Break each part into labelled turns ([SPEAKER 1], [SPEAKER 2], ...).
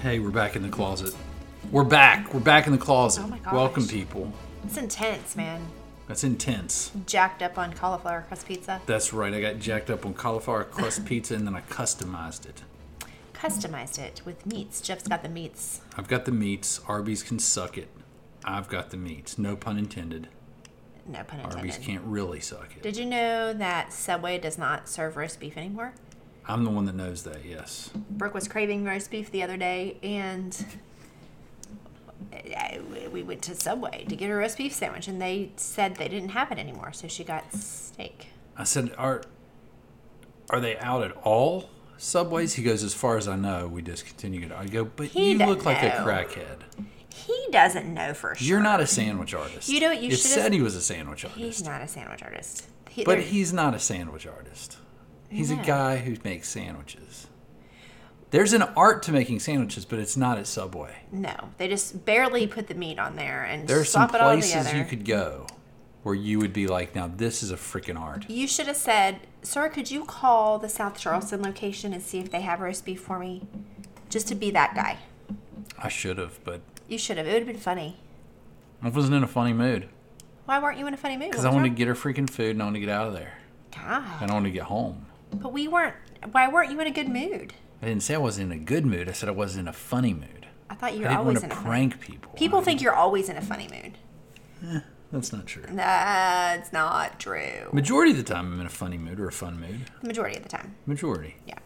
[SPEAKER 1] Hey, we're back in the closet. We're back. We're back in the closet.
[SPEAKER 2] Oh my gosh.
[SPEAKER 1] Welcome, people.
[SPEAKER 2] It's intense, man.
[SPEAKER 1] That's intense.
[SPEAKER 2] Jacked up on cauliflower crust pizza.
[SPEAKER 1] That's right. I got jacked up on cauliflower crust pizza and then I customized it.
[SPEAKER 2] Customized it with meats. Jeff's got the meats.
[SPEAKER 1] I've got the meats. Arby's can suck it. I've got the meats. No pun intended.
[SPEAKER 2] No pun
[SPEAKER 1] Arby's
[SPEAKER 2] intended.
[SPEAKER 1] can't really suck it.
[SPEAKER 2] Did you know that Subway does not serve roast beef anymore?
[SPEAKER 1] I'm the one that knows that, yes.
[SPEAKER 2] Brooke was craving roast beef the other day, and I, we went to Subway to get a roast beef sandwich, and they said they didn't have it anymore, so she got steak.
[SPEAKER 1] I said, Are are they out at all? Subways? He goes, As far as I know, we discontinued it. I go, But
[SPEAKER 2] He
[SPEAKER 1] you
[SPEAKER 2] don't
[SPEAKER 1] look like a
[SPEAKER 2] know.
[SPEAKER 1] crackhead.
[SPEAKER 2] He doesn't know for sure.
[SPEAKER 1] You're not a sandwich artist.
[SPEAKER 2] You know what you
[SPEAKER 1] it
[SPEAKER 2] should've-
[SPEAKER 1] said he was a sandwich
[SPEAKER 2] He's
[SPEAKER 1] artist.
[SPEAKER 2] not a sandwich artist. He,
[SPEAKER 1] But
[SPEAKER 2] there-
[SPEAKER 1] he's not a sandwich artist. He's
[SPEAKER 2] No.
[SPEAKER 1] a guy who makes sandwiches. There's an art to making sandwiches, but it's not at Subway.
[SPEAKER 2] no, they just barely put the meat on there and
[SPEAKER 1] There are some
[SPEAKER 2] slop it all
[SPEAKER 1] places
[SPEAKER 2] together.
[SPEAKER 1] you could go where you would be like, now this is a freaking art.
[SPEAKER 2] You should have said, "Sir, could you call the South Charleston location and see if they have roast beef for me?" Just to be that guy.
[SPEAKER 1] I should have, but
[SPEAKER 2] You should have. It would have been funny.
[SPEAKER 1] I wasn't in a funny mood
[SPEAKER 2] Why weren't you in a funny mood?
[SPEAKER 1] because I wanted to get her freaking food and I wanted to get out of there. And I wanted to get home.
[SPEAKER 2] But we weren't. Why weren't you in a good mood?
[SPEAKER 1] I didn't say I wasn't in a good mood. I said I wasn't in a funny mood.
[SPEAKER 2] I thought
[SPEAKER 1] I
[SPEAKER 2] you were
[SPEAKER 1] didn't want
[SPEAKER 2] always
[SPEAKER 1] to
[SPEAKER 2] in a funny.
[SPEAKER 1] prank people.
[SPEAKER 2] People
[SPEAKER 1] I-
[SPEAKER 2] think you're always in a funny mood.
[SPEAKER 1] that's not true.
[SPEAKER 2] That's not true.
[SPEAKER 1] Majority of the time, I'm in a funny mood or a fun mood.
[SPEAKER 2] The majority of the time.
[SPEAKER 1] Majority.
[SPEAKER 2] Yeah.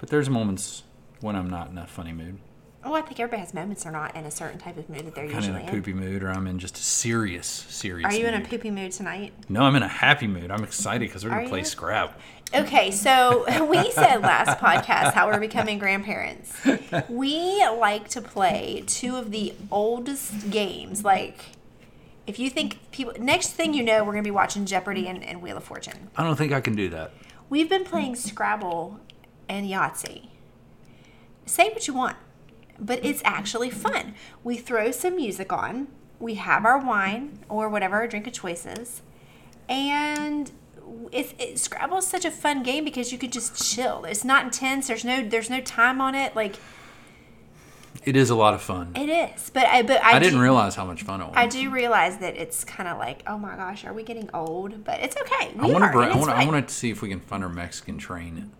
[SPEAKER 1] But there's moments when I'm not in a funny mood.
[SPEAKER 2] Oh, I think everybody has moments they're not in a certain type of mood that they're
[SPEAKER 1] Kind of in
[SPEAKER 2] usually
[SPEAKER 1] a
[SPEAKER 2] in.
[SPEAKER 1] poopy mood, or I'm in just a serious, serious.
[SPEAKER 2] Are you in a
[SPEAKER 1] mood.
[SPEAKER 2] poopy mood tonight?
[SPEAKER 1] No, I'm in a happy mood. I'm excited because we're
[SPEAKER 2] Are
[SPEAKER 1] gonna play
[SPEAKER 2] you?
[SPEAKER 1] Scrap.
[SPEAKER 2] Okay, so we said last podcast how we're becoming grandparents. We like to play two of the oldest games. Like, if you think people, next thing you know, we're going to be watching Jeopardy and, and Wheel of Fortune.
[SPEAKER 1] I don't think I can do that.
[SPEAKER 2] We've been playing Scrabble and Yahtzee. Say what you want, but it's actually fun. We throw some music on, we have our wine or whatever our drink of choice is, and it's it, Scrabble's such a fun game because you could just chill. It's not intense. There's no there's no time on it. Like
[SPEAKER 1] It is a lot of fun.
[SPEAKER 2] it is, but I but I,
[SPEAKER 1] I didn't
[SPEAKER 2] do,
[SPEAKER 1] realize how much fun it was.
[SPEAKER 2] I do realize that it's kind of like oh my gosh, are we getting old? But it's okay.
[SPEAKER 1] I
[SPEAKER 2] We
[SPEAKER 1] want to.
[SPEAKER 2] are.
[SPEAKER 1] Bring,
[SPEAKER 2] and
[SPEAKER 1] I
[SPEAKER 2] it's
[SPEAKER 1] want. I
[SPEAKER 2] fine.
[SPEAKER 1] want to see if we can find our Mexican train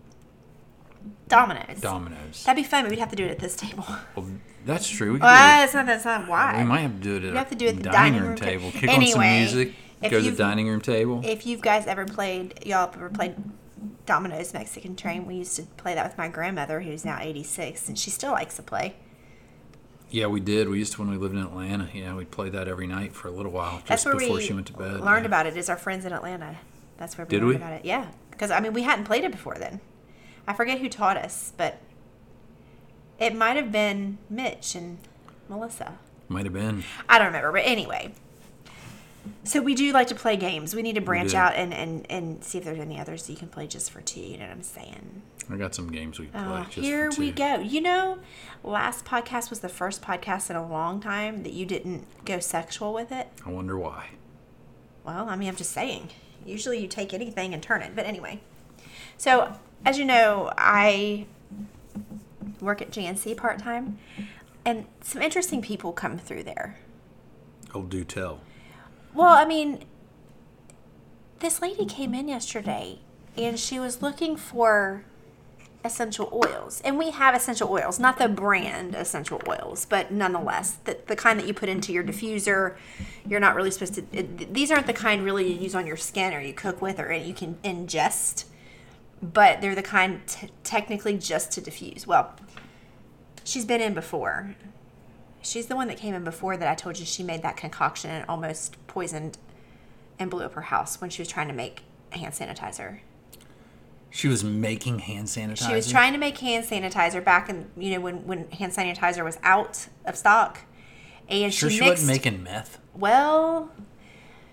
[SPEAKER 2] Dominoes.
[SPEAKER 1] dominoes.
[SPEAKER 2] That'd be fun. But we'd have to do it at this table.
[SPEAKER 1] well, that's true. We, could
[SPEAKER 2] Ah,
[SPEAKER 1] do
[SPEAKER 2] it's not that's not why.
[SPEAKER 1] it. we might have to do it at
[SPEAKER 2] You have to do it at the
[SPEAKER 1] dining
[SPEAKER 2] dining
[SPEAKER 1] room
[SPEAKER 2] room ta-
[SPEAKER 1] table. Kick
[SPEAKER 2] Anyway,
[SPEAKER 1] on some music.
[SPEAKER 2] if
[SPEAKER 1] Go to the
[SPEAKER 2] you've-
[SPEAKER 1] dining room table.
[SPEAKER 2] If you guys ever played, y'all ever played Domino's Mexican Train? We used to play that with my grandmother, who's now 86, and she still likes to play.
[SPEAKER 1] Yeah, we did. We used to when we lived in Atlanta. Yeah, we'd play that every night for a little while
[SPEAKER 2] That's
[SPEAKER 1] just
[SPEAKER 2] where
[SPEAKER 1] before
[SPEAKER 2] we
[SPEAKER 1] she went to bed.
[SPEAKER 2] learned
[SPEAKER 1] yeah.
[SPEAKER 2] about it. Is our friends in Atlanta? That's where we
[SPEAKER 1] Did
[SPEAKER 2] learned
[SPEAKER 1] we?
[SPEAKER 2] about it. Yeah, because I mean we hadn't played it before then. I forget who taught us, but it might have been Mitch and Melissa.
[SPEAKER 1] Might have been.
[SPEAKER 2] I don't remember, but anyway. So we do like to play games. We need to branch
[SPEAKER 1] do.
[SPEAKER 2] out and, and, and see if there's any others you can play just for two. You know what I'm saying?
[SPEAKER 1] I got some games we could play.
[SPEAKER 2] Oh,
[SPEAKER 1] just for
[SPEAKER 2] here we
[SPEAKER 1] two.
[SPEAKER 2] go. You know, last podcast was the first podcast in a long time that you didn't go sexual with it.
[SPEAKER 1] I wonder why.
[SPEAKER 2] Well, I mean, I'm just saying. Usually you take anything and turn it. But anyway. So, as you know, I work at GNC part time, and some interesting people come through there.
[SPEAKER 1] Oh, do tell.
[SPEAKER 2] Well, I mean, this lady came in yesterday and she was looking for essential oils. And we have essential oils, not the brand essential oils, but nonetheless, the, the kind that you put into your diffuser. You're not really supposed to, it, these aren't the kind really you use on your skin or you cook with or you can ingest, but they're the kind t- technically just to diffuse. Well, she's been in before She's the one that came in before that I told you she made that concoction and almost poisoned and blew up her house when she was trying to make hand sanitizer.
[SPEAKER 1] She was making hand sanitizer.
[SPEAKER 2] She was trying to make hand sanitizer back in you know when when hand sanitizer was out of stock, and
[SPEAKER 1] Sure,
[SPEAKER 2] she
[SPEAKER 1] she
[SPEAKER 2] mixed
[SPEAKER 1] wasn't making meth.
[SPEAKER 2] well.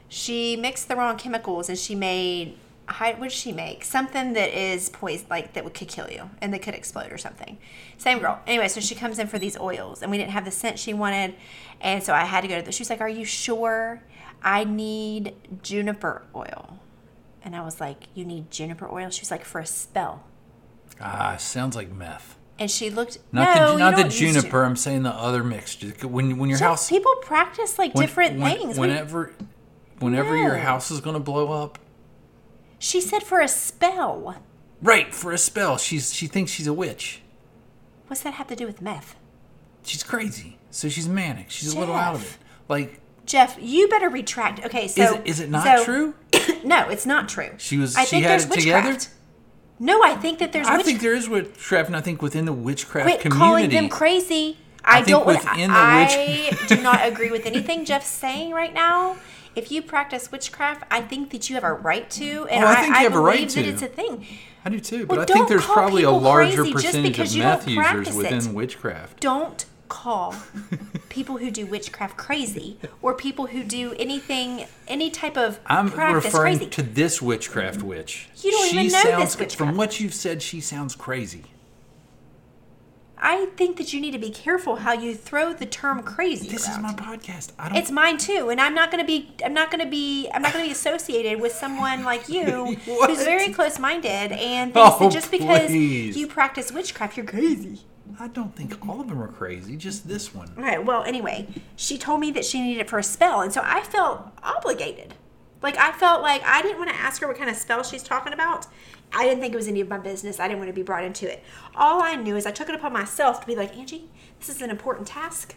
[SPEAKER 2] She mixed the wrong chemicals and she made how what did she make something that is poison like that would could kill you and that could explode or something. Same girl. Anyway, so she comes in for these oils and we didn't have the scent she wanted, and so I had to go to the. She was like, "Are you sure? I need juniper oil," and I was like, "You need juniper oil?" She was like, "For a spell."
[SPEAKER 1] Ah, sounds like meth.
[SPEAKER 2] and she looked
[SPEAKER 1] Not
[SPEAKER 2] no,
[SPEAKER 1] the, not
[SPEAKER 2] you
[SPEAKER 1] the
[SPEAKER 2] don't used to.
[SPEAKER 1] juniper. I'm saying the other mixture. When when your
[SPEAKER 2] Just
[SPEAKER 1] house
[SPEAKER 2] people practice like
[SPEAKER 1] when-
[SPEAKER 2] different
[SPEAKER 1] when-
[SPEAKER 2] things. What do you-
[SPEAKER 1] Whenever whenever your
[SPEAKER 2] No.
[SPEAKER 1] house is gonna blow up,
[SPEAKER 2] she said for a spell.
[SPEAKER 1] right for a spell. She's she thinks she's a witch.
[SPEAKER 2] What's that have to do with meth?
[SPEAKER 1] She's crazy. So she's manic. She's a little out of it.
[SPEAKER 2] Jeff.
[SPEAKER 1] Like
[SPEAKER 2] Jeff, you better retract. Okay, so
[SPEAKER 1] is it is it not
[SPEAKER 2] so-
[SPEAKER 1] true?
[SPEAKER 2] no, it's not true.
[SPEAKER 1] She was-
[SPEAKER 2] I
[SPEAKER 1] she
[SPEAKER 2] think
[SPEAKER 1] had
[SPEAKER 2] there's
[SPEAKER 1] it together?
[SPEAKER 2] witchcraft. No, I think that there's.
[SPEAKER 1] I
[SPEAKER 2] witch-
[SPEAKER 1] think there is witchcraft, and I think within the witchcraft
[SPEAKER 2] Quit
[SPEAKER 1] community,
[SPEAKER 2] calling them crazy. I,
[SPEAKER 1] think
[SPEAKER 2] don't. want-
[SPEAKER 1] within the
[SPEAKER 2] I
[SPEAKER 1] witch-
[SPEAKER 2] do not agree with anything Jeff's saying right now. If you practice witchcraft, I think that you have a right to, and
[SPEAKER 1] Oh, I
[SPEAKER 2] I,
[SPEAKER 1] think you
[SPEAKER 2] I
[SPEAKER 1] have a
[SPEAKER 2] believe
[SPEAKER 1] right
[SPEAKER 2] that
[SPEAKER 1] to.
[SPEAKER 2] it's a thing.
[SPEAKER 1] I do too. But
[SPEAKER 2] Well,
[SPEAKER 1] I think
[SPEAKER 2] don't
[SPEAKER 1] there's
[SPEAKER 2] call
[SPEAKER 1] probably a
[SPEAKER 2] people
[SPEAKER 1] larger
[SPEAKER 2] crazy just
[SPEAKER 1] percentage of
[SPEAKER 2] because you don't
[SPEAKER 1] meth users
[SPEAKER 2] practice
[SPEAKER 1] within
[SPEAKER 2] it.
[SPEAKER 1] witchcraft.
[SPEAKER 2] Don't call people who do witchcraft crazy, or people who do anything, any type of
[SPEAKER 1] I'm
[SPEAKER 2] practice
[SPEAKER 1] referring
[SPEAKER 2] crazy.
[SPEAKER 1] to this witchcraft witch.
[SPEAKER 2] You don't
[SPEAKER 1] she
[SPEAKER 2] even know this
[SPEAKER 1] sounds, From
[SPEAKER 2] witchcraft.
[SPEAKER 1] what you've said, she sounds crazy.
[SPEAKER 2] I think that you need to be careful how you throw the term crazy.
[SPEAKER 1] This is
[SPEAKER 2] around.
[SPEAKER 1] my podcast. I don't.
[SPEAKER 2] It's mine too, and I'm not gonna be. I'm not gonna be. I'm not gonna be associated with someone like you,
[SPEAKER 1] What?
[SPEAKER 2] who's very close-minded and thinks
[SPEAKER 1] Oh,
[SPEAKER 2] that just because
[SPEAKER 1] please.
[SPEAKER 2] you practice witchcraft, you're crazy.
[SPEAKER 1] I don't think all of them are crazy. Just this one.
[SPEAKER 2] All right. Well, anyway, she told me that she needed it for a spell, and so I felt obligated. Like I felt like I didn't want to ask her what kind of spell she's talking about. I didn't think it was any of my business. I didn't want to be brought into it. All I knew is I took it upon myself to be like, Angie, this is an important task.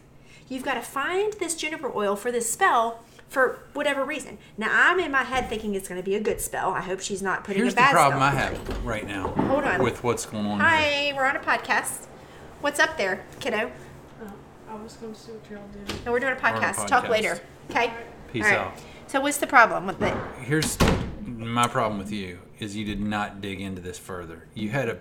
[SPEAKER 2] You've got to find this juniper oil for this spell for whatever reason. Now I'm in my head thinking it's going to be a good spell. I hope she's not putting
[SPEAKER 1] Here's
[SPEAKER 2] a
[SPEAKER 1] the
[SPEAKER 2] bad
[SPEAKER 1] problem
[SPEAKER 2] spell
[SPEAKER 1] I
[SPEAKER 2] on me.
[SPEAKER 1] have right now.
[SPEAKER 2] Hold on.
[SPEAKER 1] With what's going on. Here.
[SPEAKER 2] Hi, we're on a podcast. What's up there, kiddo?
[SPEAKER 3] I was gonna see what y'all did.
[SPEAKER 2] No, we're doing a
[SPEAKER 1] on a
[SPEAKER 2] podcast. Talk
[SPEAKER 1] podcast.
[SPEAKER 2] later. Okay.
[SPEAKER 1] Peace out.
[SPEAKER 2] So what's the problem with it?
[SPEAKER 1] Here's my problem with you is you did not dig into this further. You had a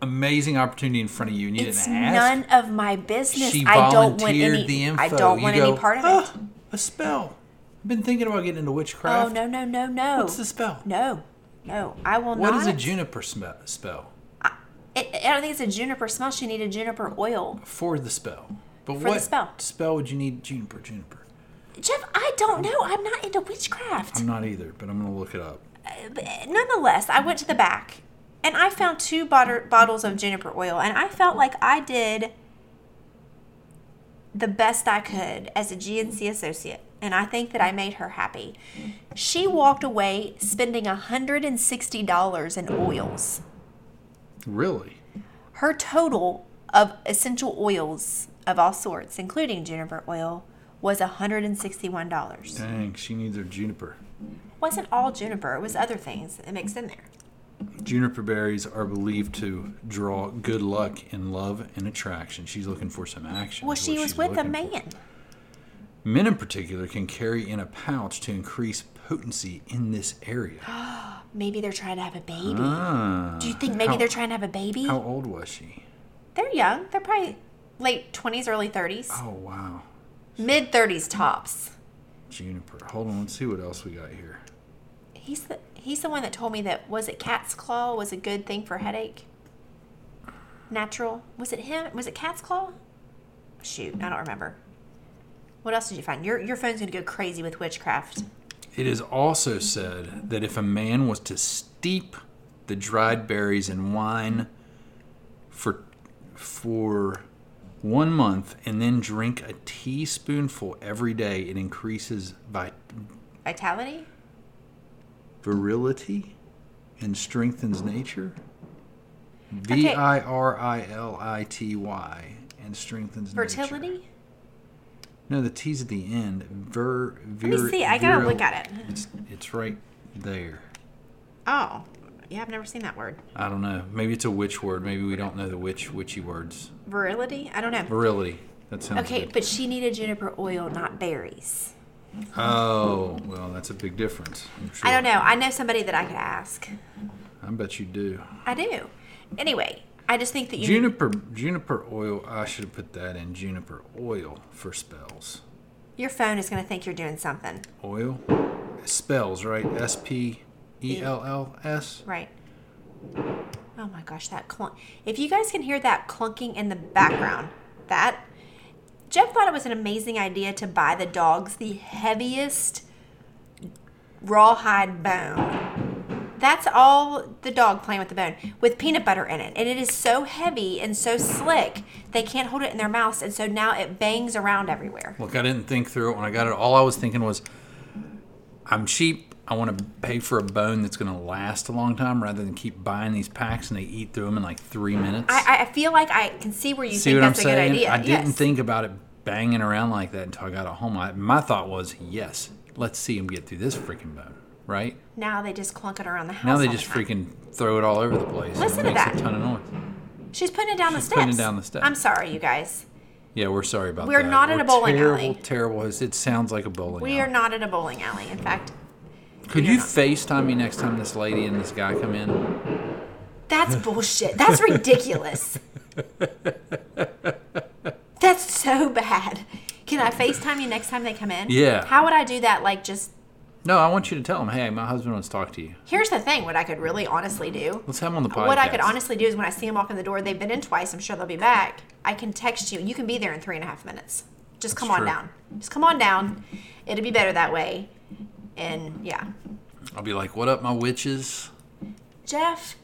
[SPEAKER 1] amazing opportunity in front of you, and you
[SPEAKER 2] It's
[SPEAKER 1] didn't ask.
[SPEAKER 2] none of my business.
[SPEAKER 1] She
[SPEAKER 2] I don't want
[SPEAKER 1] volunteered
[SPEAKER 2] any.
[SPEAKER 1] the info.
[SPEAKER 2] I don't
[SPEAKER 1] You
[SPEAKER 2] want
[SPEAKER 1] go,
[SPEAKER 2] any part of it.
[SPEAKER 1] "Ah, a spell. I've been thinking about getting into
[SPEAKER 2] Oh
[SPEAKER 1] witchcraft.
[SPEAKER 2] no no no no.
[SPEAKER 1] What's the spell?
[SPEAKER 2] No, no. I will
[SPEAKER 1] What
[SPEAKER 2] not.
[SPEAKER 1] is a juniper sm- spell?
[SPEAKER 2] I- I don't think it's a juniper smell. She needed juniper oil.
[SPEAKER 1] For the spell. But
[SPEAKER 2] the
[SPEAKER 1] what
[SPEAKER 2] spell.
[SPEAKER 1] would you need juniper? Juniper.
[SPEAKER 2] Jeff, I don't know. I'm not into witchcraft.
[SPEAKER 1] I'm not either, but I'm gonna look it up.
[SPEAKER 2] But Nonetheless, I went to the back, and I found two bot- bottles of juniper oil, and I felt like I did the best I could as a GNC associate, and I think that I made her happy. She walked away spending $160 in oils.
[SPEAKER 1] Really?
[SPEAKER 2] Her total of essential oils of all sorts, including juniper oil, was $161.
[SPEAKER 1] Dang, she needs her juniper.
[SPEAKER 2] Wasn't all juniper, it was other things mixed in there.
[SPEAKER 1] Juniper berries are believed to draw good luck in love and attraction. She's looking for some action.
[SPEAKER 2] Well,
[SPEAKER 1] is
[SPEAKER 2] she
[SPEAKER 1] what
[SPEAKER 2] was
[SPEAKER 1] she's
[SPEAKER 2] with a
[SPEAKER 1] looking for.
[SPEAKER 2] man.
[SPEAKER 1] Men in particular can carry in a pouch to increase potency in this area.
[SPEAKER 2] Maybe they're trying to have a baby.
[SPEAKER 1] Ah.
[SPEAKER 2] Do you think maybe
[SPEAKER 1] How-
[SPEAKER 2] they're trying to have a baby?
[SPEAKER 1] How old was she?
[SPEAKER 2] They're young. They're probably late 20s, early 30s.
[SPEAKER 1] Oh wow,
[SPEAKER 2] Mid 30s tops.
[SPEAKER 1] Juniper. Hold on, let's see what else we got here.
[SPEAKER 2] He's the he's the one that told me that was it cat's claw was a good thing for headache. Natural. Was it him? Was it cat's claw? Shoot, I don't remember. What else did you find? Your your phone's going to go crazy with witchcraft.
[SPEAKER 1] It is also said that if a man was to steep the dried berries in wine for for one month and then drink a teaspoonful every day, it increases vi-
[SPEAKER 2] Vitality?
[SPEAKER 1] virility and strengthens nature. V i r i l i t y and strengthens
[SPEAKER 2] Fertility?
[SPEAKER 1] nature. No, the T's at the end. Ver, vir,
[SPEAKER 2] Let me see. I got to look at it.
[SPEAKER 1] It's, it's right there.
[SPEAKER 2] Oh. Yeah, I've never seen that word.
[SPEAKER 1] I don't know. Maybe it's a witch word. Maybe we don't know the witch witchy words.
[SPEAKER 2] Virility? I don't know.
[SPEAKER 1] Virility. That sounds
[SPEAKER 2] Okay,
[SPEAKER 1] good.
[SPEAKER 2] but she needed juniper oil, not berries.
[SPEAKER 1] Oh, well, that's a big difference. I'm sure.
[SPEAKER 2] I don't know. I know somebody that I could ask.
[SPEAKER 1] I bet you do.
[SPEAKER 2] I do. Anyway, I just think that you.
[SPEAKER 1] Juniper juniper oil. I should have put that in juniper oil for spells.
[SPEAKER 2] your phone is going to think you're doing something,
[SPEAKER 1] Oil spells, right? S P E L L S.
[SPEAKER 2] right? Oh my gosh, that clunk! If you guys can hear that clunking in the background, that Jeff thought it was an amazing idea to buy the dogs the heaviest rawhide bone that's all the dog playing with the bone with peanut butter in it. And it is so heavy and so slick, they can't hold it in their mouths. And so now it bangs around everywhere.
[SPEAKER 1] Look, I didn't think through it when I got it. All I was thinking was, I'm cheap. I want to pay for a bone that's going to last a long time rather than keep buying these packs and they eat through them in like three minutes.
[SPEAKER 2] I, I feel like I can see where you
[SPEAKER 1] See
[SPEAKER 2] think
[SPEAKER 1] what I'm
[SPEAKER 2] that's a
[SPEAKER 1] saying?
[SPEAKER 2] good idea.
[SPEAKER 1] I didn't
[SPEAKER 2] Yes.
[SPEAKER 1] think about it banging around like that until I got it home. I, my thought was, yes, let's see him get through this freaking bone, right?
[SPEAKER 2] Now they just clunk it around the house.
[SPEAKER 1] Now they
[SPEAKER 2] all the
[SPEAKER 1] just
[SPEAKER 2] time.
[SPEAKER 1] freaking throw it all over the place. and
[SPEAKER 2] Listen
[SPEAKER 1] it
[SPEAKER 2] to
[SPEAKER 1] makes
[SPEAKER 2] that.
[SPEAKER 1] a ton of noise.
[SPEAKER 2] She's putting it down the
[SPEAKER 1] She's
[SPEAKER 2] steps.
[SPEAKER 1] putting it down the steps.
[SPEAKER 2] I'm sorry, you guys.
[SPEAKER 1] Yeah, we're sorry about
[SPEAKER 2] We're
[SPEAKER 1] that.
[SPEAKER 2] not in a bowling
[SPEAKER 1] terrible,
[SPEAKER 2] alley.
[SPEAKER 1] Terrible, terrible. It sounds like a bowling
[SPEAKER 2] We
[SPEAKER 1] alley.
[SPEAKER 2] are not at a bowling alley. In fact,
[SPEAKER 1] Could
[SPEAKER 2] we are
[SPEAKER 1] you
[SPEAKER 2] not.
[SPEAKER 1] FaceTime me next time this lady and this guy come in?
[SPEAKER 2] that's bullshit. That's ridiculous. that's so bad. Can I FaceTime you next time they come in?
[SPEAKER 1] Yeah.
[SPEAKER 2] How would I do that? Like, just
[SPEAKER 1] No, I want you to tell him, hey, my husband wants to talk to you.
[SPEAKER 2] here's the thing what I could really honestly do.
[SPEAKER 1] Let's have him on the podcast.
[SPEAKER 2] What I could honestly do is when I see them walk in the door, they've been in twice. I'm sure they'll be back. I can text you. You can be there in three and a half minutes. Just come on
[SPEAKER 1] true.
[SPEAKER 2] down. Just come on down. It'll be better that way. And yeah,
[SPEAKER 1] I'll be like, what up, my witches?
[SPEAKER 2] Jeff,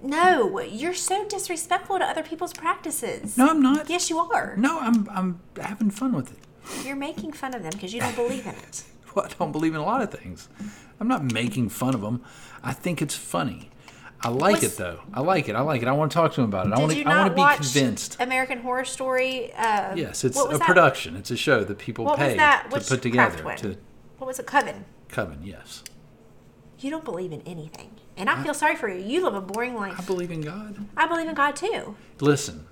[SPEAKER 2] no, you're so disrespectful to other people's practices.
[SPEAKER 1] No, I'm not.
[SPEAKER 2] Yes, you are.
[SPEAKER 1] No, I'm, I'm having fun with it.
[SPEAKER 2] You're making fun of them because you don't believe in it.
[SPEAKER 1] Well, I don't believe in a lot of things. I'm not making fun of them. I think it's funny. I like
[SPEAKER 2] What's-
[SPEAKER 1] it though. I like it. I like it. I want to talk to him about it. I
[SPEAKER 2] Did
[SPEAKER 1] want
[SPEAKER 2] you
[SPEAKER 1] to.
[SPEAKER 2] not
[SPEAKER 1] I want to be
[SPEAKER 2] watch
[SPEAKER 1] convinced.
[SPEAKER 2] American Horror Story? Uh,
[SPEAKER 1] Yes, it's
[SPEAKER 2] what was
[SPEAKER 1] a
[SPEAKER 2] that?
[SPEAKER 1] production. It's a show that people
[SPEAKER 2] What was
[SPEAKER 1] pay
[SPEAKER 2] that?
[SPEAKER 1] to
[SPEAKER 2] Which
[SPEAKER 1] put together
[SPEAKER 2] craft one?
[SPEAKER 1] to
[SPEAKER 2] What was it? Coven.
[SPEAKER 1] Coven. Yes,
[SPEAKER 2] You don't believe in anything, and I feel sorry for you. You live a boring
[SPEAKER 1] I
[SPEAKER 2] life.
[SPEAKER 1] believe in God.
[SPEAKER 2] I believe in God too.
[SPEAKER 1] Listen,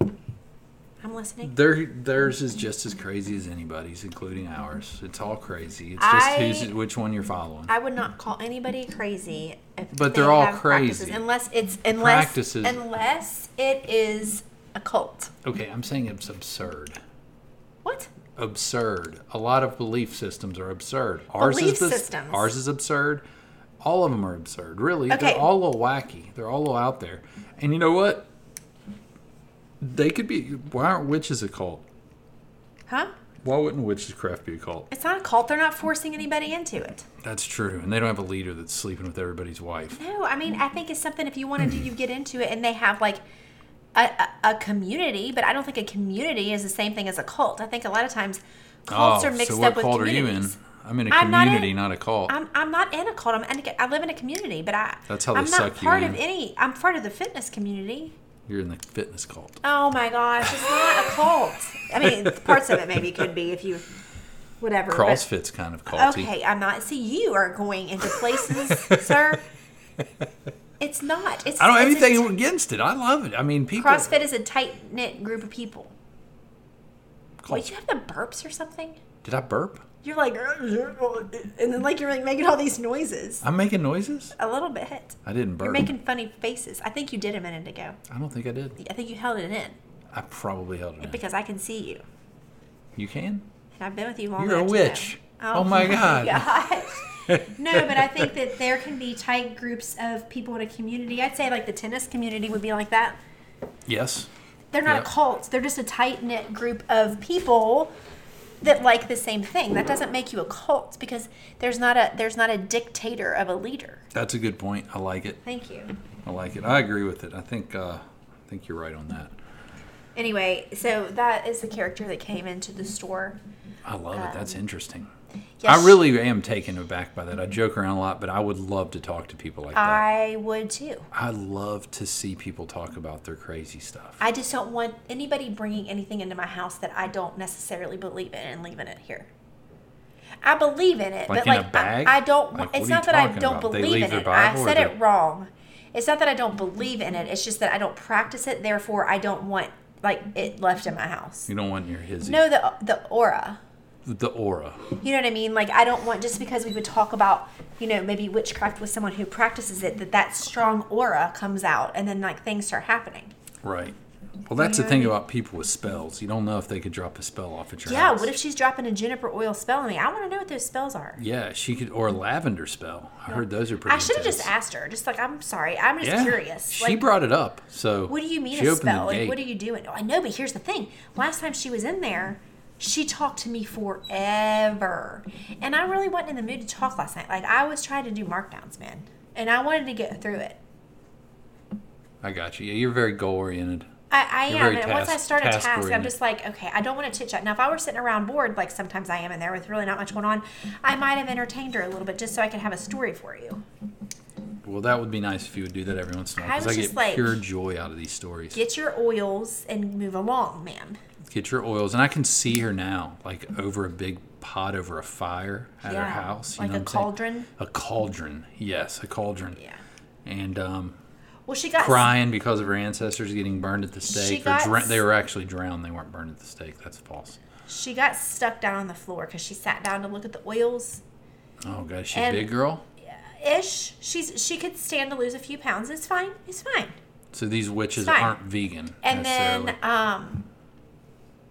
[SPEAKER 2] I'm listening.
[SPEAKER 1] their theirs is just as crazy as anybody's, including ours. It's all crazy. It's just
[SPEAKER 2] I-
[SPEAKER 1] who's which one you're following.
[SPEAKER 2] I would not call anybody crazy. If
[SPEAKER 1] But
[SPEAKER 2] they
[SPEAKER 1] they're all
[SPEAKER 2] have practices,
[SPEAKER 1] crazy.
[SPEAKER 2] unless it's unless
[SPEAKER 1] Practices.
[SPEAKER 2] unless it is a cult.
[SPEAKER 1] okay, I'm saying it's absurd.
[SPEAKER 2] What?
[SPEAKER 1] absurd. A lot of belief systems are absurd. Ours
[SPEAKER 2] Belief
[SPEAKER 1] is the,
[SPEAKER 2] systems.
[SPEAKER 1] Ours is absurd. All of them are absurd. Really,
[SPEAKER 2] Okay.
[SPEAKER 1] they're all a little wacky. They're all a little out there. And you know what? They could be. Why aren't witches a cult?
[SPEAKER 2] Huh?
[SPEAKER 1] Why wouldn't witchcraft be a cult?
[SPEAKER 2] It's not a cult. They're not forcing anybody into it.
[SPEAKER 1] That's true. And they don't have a leader that's sleeping with everybody's wife.
[SPEAKER 2] No, I mean I think it's something if you want to do, you get into it, and they have like a, a, a community. But I don't think a community is the same thing as a cult. I think a lot of times cults
[SPEAKER 1] oh,
[SPEAKER 2] are mixed
[SPEAKER 1] so what
[SPEAKER 2] up with
[SPEAKER 1] cult are you in?
[SPEAKER 2] communities.
[SPEAKER 1] I'm in a
[SPEAKER 2] I'm not in-
[SPEAKER 1] community, not, a cult.
[SPEAKER 2] I'm, I'm not in a cult. I'm in a, I live in a community, but I
[SPEAKER 1] That's how they
[SPEAKER 2] I'm
[SPEAKER 1] suck
[SPEAKER 2] not
[SPEAKER 1] you
[SPEAKER 2] part
[SPEAKER 1] in.
[SPEAKER 2] of any. I'm part of the fitness community.
[SPEAKER 1] You're in the fitness cult.
[SPEAKER 2] Oh my gosh, it's not a cult. I mean, parts of it maybe could be if you, whatever. but-
[SPEAKER 1] CrossFit's kind of culty.
[SPEAKER 2] Okay, I'm not. See, you are going into places, sir. It's not. It's.
[SPEAKER 1] I don't have
[SPEAKER 2] it's a
[SPEAKER 1] anything
[SPEAKER 2] t-
[SPEAKER 1] against it. I love it. I mean, people.
[SPEAKER 2] CrossFit is a tight knit group of people. Wait,
[SPEAKER 1] cults.
[SPEAKER 2] you have the burps or something?
[SPEAKER 1] Did I burp?
[SPEAKER 2] You're like, and then like you're like making all these noises.
[SPEAKER 1] I'm making noises.
[SPEAKER 2] A little bit.
[SPEAKER 1] I didn't burp.
[SPEAKER 2] You're making funny faces. I think you did a minute ago.
[SPEAKER 1] I don't think I did.
[SPEAKER 2] I think you held it in
[SPEAKER 1] I probably held it in.
[SPEAKER 2] because I can see you.
[SPEAKER 1] You can?
[SPEAKER 2] And I've been with you long
[SPEAKER 1] You're a
[SPEAKER 2] enough to
[SPEAKER 1] witch.
[SPEAKER 2] know.
[SPEAKER 1] Oh my God.
[SPEAKER 2] gosh. no, but I think that there can be tight groups of people in a community. I'd say like the tennis community would be like that.
[SPEAKER 1] Yes.
[SPEAKER 2] They're not
[SPEAKER 1] Yep.
[SPEAKER 2] a cult. They're just a tight knit group of people that like the same thing. That doesn't make you a cult because there's not a there's not a dictator of a leader.
[SPEAKER 1] That's a good point. I like it.
[SPEAKER 2] Thank you.
[SPEAKER 1] I like it. I agree with it. I think uh, I think you're right on that.
[SPEAKER 2] Anyway, so that is the character that came into the store.
[SPEAKER 1] I love it. That's interesting.
[SPEAKER 2] Um, Yes,
[SPEAKER 1] I really am taken aback by that. I joke around a lot, but I would love to talk to people like that.
[SPEAKER 2] I would too.
[SPEAKER 1] I love to see people talk about their crazy stuff.
[SPEAKER 2] I just don't want anybody bringing anything into my house that I don't necessarily believe in and leaving it here. I believe in it,
[SPEAKER 1] Like
[SPEAKER 2] but
[SPEAKER 1] in a
[SPEAKER 2] like
[SPEAKER 1] bag?
[SPEAKER 2] I, I don't.
[SPEAKER 1] Like,
[SPEAKER 2] it's
[SPEAKER 1] what are
[SPEAKER 2] not
[SPEAKER 1] you
[SPEAKER 2] that I
[SPEAKER 1] talking
[SPEAKER 2] don't
[SPEAKER 1] about? They
[SPEAKER 2] believe
[SPEAKER 1] leave
[SPEAKER 2] in
[SPEAKER 1] their
[SPEAKER 2] it. I
[SPEAKER 1] Bible or
[SPEAKER 2] said
[SPEAKER 1] they-
[SPEAKER 2] it wrong. It's not that I don't believe in it. It's just that I don't practice it. Therefore, I don't want like it left in my house.
[SPEAKER 1] you don't want your hizzy.
[SPEAKER 2] No, the the aura.
[SPEAKER 1] The aura.
[SPEAKER 2] You know what I mean? Like I don't want just because we would talk about, you know, maybe witchcraft with someone who practices it that that strong aura comes out and then like things start happening.
[SPEAKER 1] Right. Well, that's the thing about people with spells. You don't know if they could drop a spell off at your
[SPEAKER 2] Yeah,
[SPEAKER 1] house.
[SPEAKER 2] what if she's dropping a juniper oil spell on me? I want to know what those spells are.
[SPEAKER 1] Yeah, she could, or a lavender spell. I heard those are pretty.
[SPEAKER 2] I should have just
[SPEAKER 1] intense.
[SPEAKER 2] asked her. Just like, I'm sorry. I'm just curious.
[SPEAKER 1] She
[SPEAKER 2] like,
[SPEAKER 1] brought it up. So
[SPEAKER 2] what do you mean
[SPEAKER 1] she
[SPEAKER 2] a
[SPEAKER 1] opened the
[SPEAKER 2] spell? Like, what
[SPEAKER 1] gate.
[SPEAKER 2] are you doing? Oh, I know, but here's the thing. Last time she was in there, she talked to me forever. And I really wasn't in the mood to talk last night. Like, I was trying to do markdowns, man. and I wanted to get through it.
[SPEAKER 1] I got you. Yeah, you're very goal oriented.
[SPEAKER 2] I, I
[SPEAKER 1] You're
[SPEAKER 2] am.
[SPEAKER 1] very
[SPEAKER 2] And once I
[SPEAKER 1] task-
[SPEAKER 2] start a task, I'm
[SPEAKER 1] task-oriented.
[SPEAKER 2] just like, okay, I don't want to chit chat. Now, if I were sitting around bored, like sometimes I am in there with really not much going on, I might have entertained her a little bit just so I could have a story for you.
[SPEAKER 1] Well, that would be nice if you would do that every once in a
[SPEAKER 2] I
[SPEAKER 1] while because I,
[SPEAKER 2] was
[SPEAKER 1] get
[SPEAKER 2] just like-
[SPEAKER 1] pure joy out of these stories. Get,
[SPEAKER 2] Get your oils and move along, ma'am.
[SPEAKER 1] your oils, and I can see her now, like over a big pot over a fire at her house. You
[SPEAKER 2] like
[SPEAKER 1] know what
[SPEAKER 2] a
[SPEAKER 1] I'm saying?
[SPEAKER 2] cauldron.
[SPEAKER 1] A cauldron, yes, a cauldron.
[SPEAKER 2] Yeah.
[SPEAKER 1] And um,
[SPEAKER 2] Well, she got
[SPEAKER 1] crying because of her ancestors getting burned at the stake. or
[SPEAKER 2] got
[SPEAKER 1] dra-
[SPEAKER 2] s-
[SPEAKER 1] they were actually drowned. They weren't burned at the stake. That's false.
[SPEAKER 2] she got stuck down on the floor because she sat down to look at the oils.
[SPEAKER 1] Oh god, is she a
[SPEAKER 2] And-
[SPEAKER 1] big girl?
[SPEAKER 2] Ish, she's she could stand to lose a few pounds. It's fine. It's fine.
[SPEAKER 1] So these witches
[SPEAKER 2] fine.
[SPEAKER 1] aren't vegan
[SPEAKER 2] And
[SPEAKER 1] necessarily.
[SPEAKER 2] then um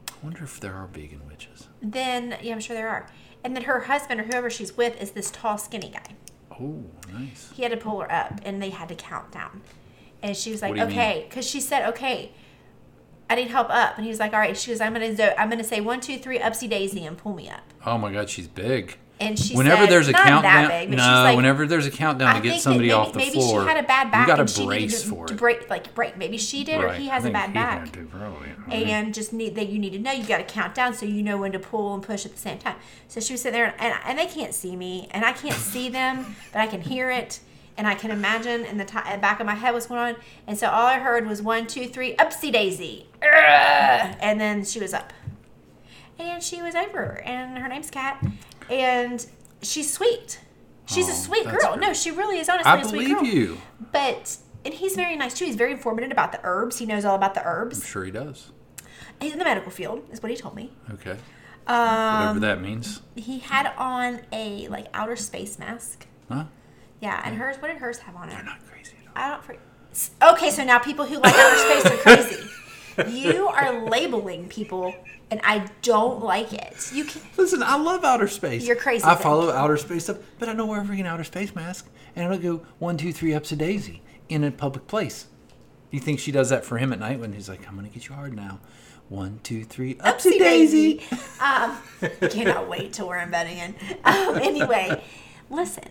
[SPEAKER 1] I wonder if there are vegan witches.
[SPEAKER 2] then yeah, I'm sure there are. And then her husband or whoever she's with is this tall, skinny guy.
[SPEAKER 1] Oh, nice.
[SPEAKER 2] He had to pull her up, and they had to count down. And she was like,
[SPEAKER 1] What do you
[SPEAKER 2] "Okay," because she said, "Okay, I need help up." And he was like, "All right." She goes, "I'm gonna do. I'm gonna say one, two, three, upsy daisy, and pull me up."
[SPEAKER 1] Oh my god, she's big.
[SPEAKER 2] And she
[SPEAKER 1] whenever
[SPEAKER 2] said,
[SPEAKER 1] there's a
[SPEAKER 2] "Not
[SPEAKER 1] countdown,
[SPEAKER 2] that big," but
[SPEAKER 1] no,
[SPEAKER 2] she's like,
[SPEAKER 1] whenever there's a countdown
[SPEAKER 2] I
[SPEAKER 1] to
[SPEAKER 2] think
[SPEAKER 1] get
[SPEAKER 2] that
[SPEAKER 1] somebody
[SPEAKER 2] maybe,
[SPEAKER 1] off the
[SPEAKER 2] maybe
[SPEAKER 1] floor,
[SPEAKER 2] she had a bad back.
[SPEAKER 1] you got
[SPEAKER 2] and
[SPEAKER 1] to
[SPEAKER 2] she needed
[SPEAKER 1] brace
[SPEAKER 2] to,
[SPEAKER 1] for
[SPEAKER 2] to
[SPEAKER 1] it.
[SPEAKER 2] break, like break. Maybe she did, or
[SPEAKER 1] Right.
[SPEAKER 2] he
[SPEAKER 1] I
[SPEAKER 2] has a
[SPEAKER 1] think
[SPEAKER 2] bad
[SPEAKER 1] he
[SPEAKER 2] back.
[SPEAKER 1] had to, probably.
[SPEAKER 2] and just need that you need to know you got to count down so you know when to pull and push at the same time so she was sitting there and, and they can't see me and i can't see them but i can hear it and i can imagine and the ti and back of my head was going on and so all i heard was one two three upsy daisy Urgh! and then she was up and she was over and her name's kat and she's sweet she's
[SPEAKER 1] Oh,
[SPEAKER 2] a sweet
[SPEAKER 1] that's
[SPEAKER 2] girl no
[SPEAKER 1] great.
[SPEAKER 2] she really is honestly a
[SPEAKER 1] I
[SPEAKER 2] sweet
[SPEAKER 1] believe
[SPEAKER 2] girl
[SPEAKER 1] you.
[SPEAKER 2] but and he's very nice too he's very informative about the herbs he knows all about the
[SPEAKER 1] I'm
[SPEAKER 2] herbs
[SPEAKER 1] sure he does.
[SPEAKER 2] he's in the medical field is what he told me
[SPEAKER 1] Okay.
[SPEAKER 2] um,
[SPEAKER 1] Whatever that means.
[SPEAKER 2] he had on a like outer space mask.
[SPEAKER 1] Huh?
[SPEAKER 2] Yeah, and hers. What did hers have on it?
[SPEAKER 1] They're not crazy at all.
[SPEAKER 2] I don't. Fre- S- okay, so now people who like outer space are crazy. You are labeling people, and I don't like it. You can.
[SPEAKER 1] Listen, I love outer space.
[SPEAKER 2] You're crazy,
[SPEAKER 1] I
[SPEAKER 2] Zach.
[SPEAKER 1] follow outer space stuff, but I don't wear a freaking outer space mask, and it'll go one, two, three ups a daisy in a public place. You think she does that for him at night when he's like, "I'm gonna get you hard now." One, two, three, ups a daisy.
[SPEAKER 2] Um, I cannot wait till we're in bed again. Um, anyway, listen,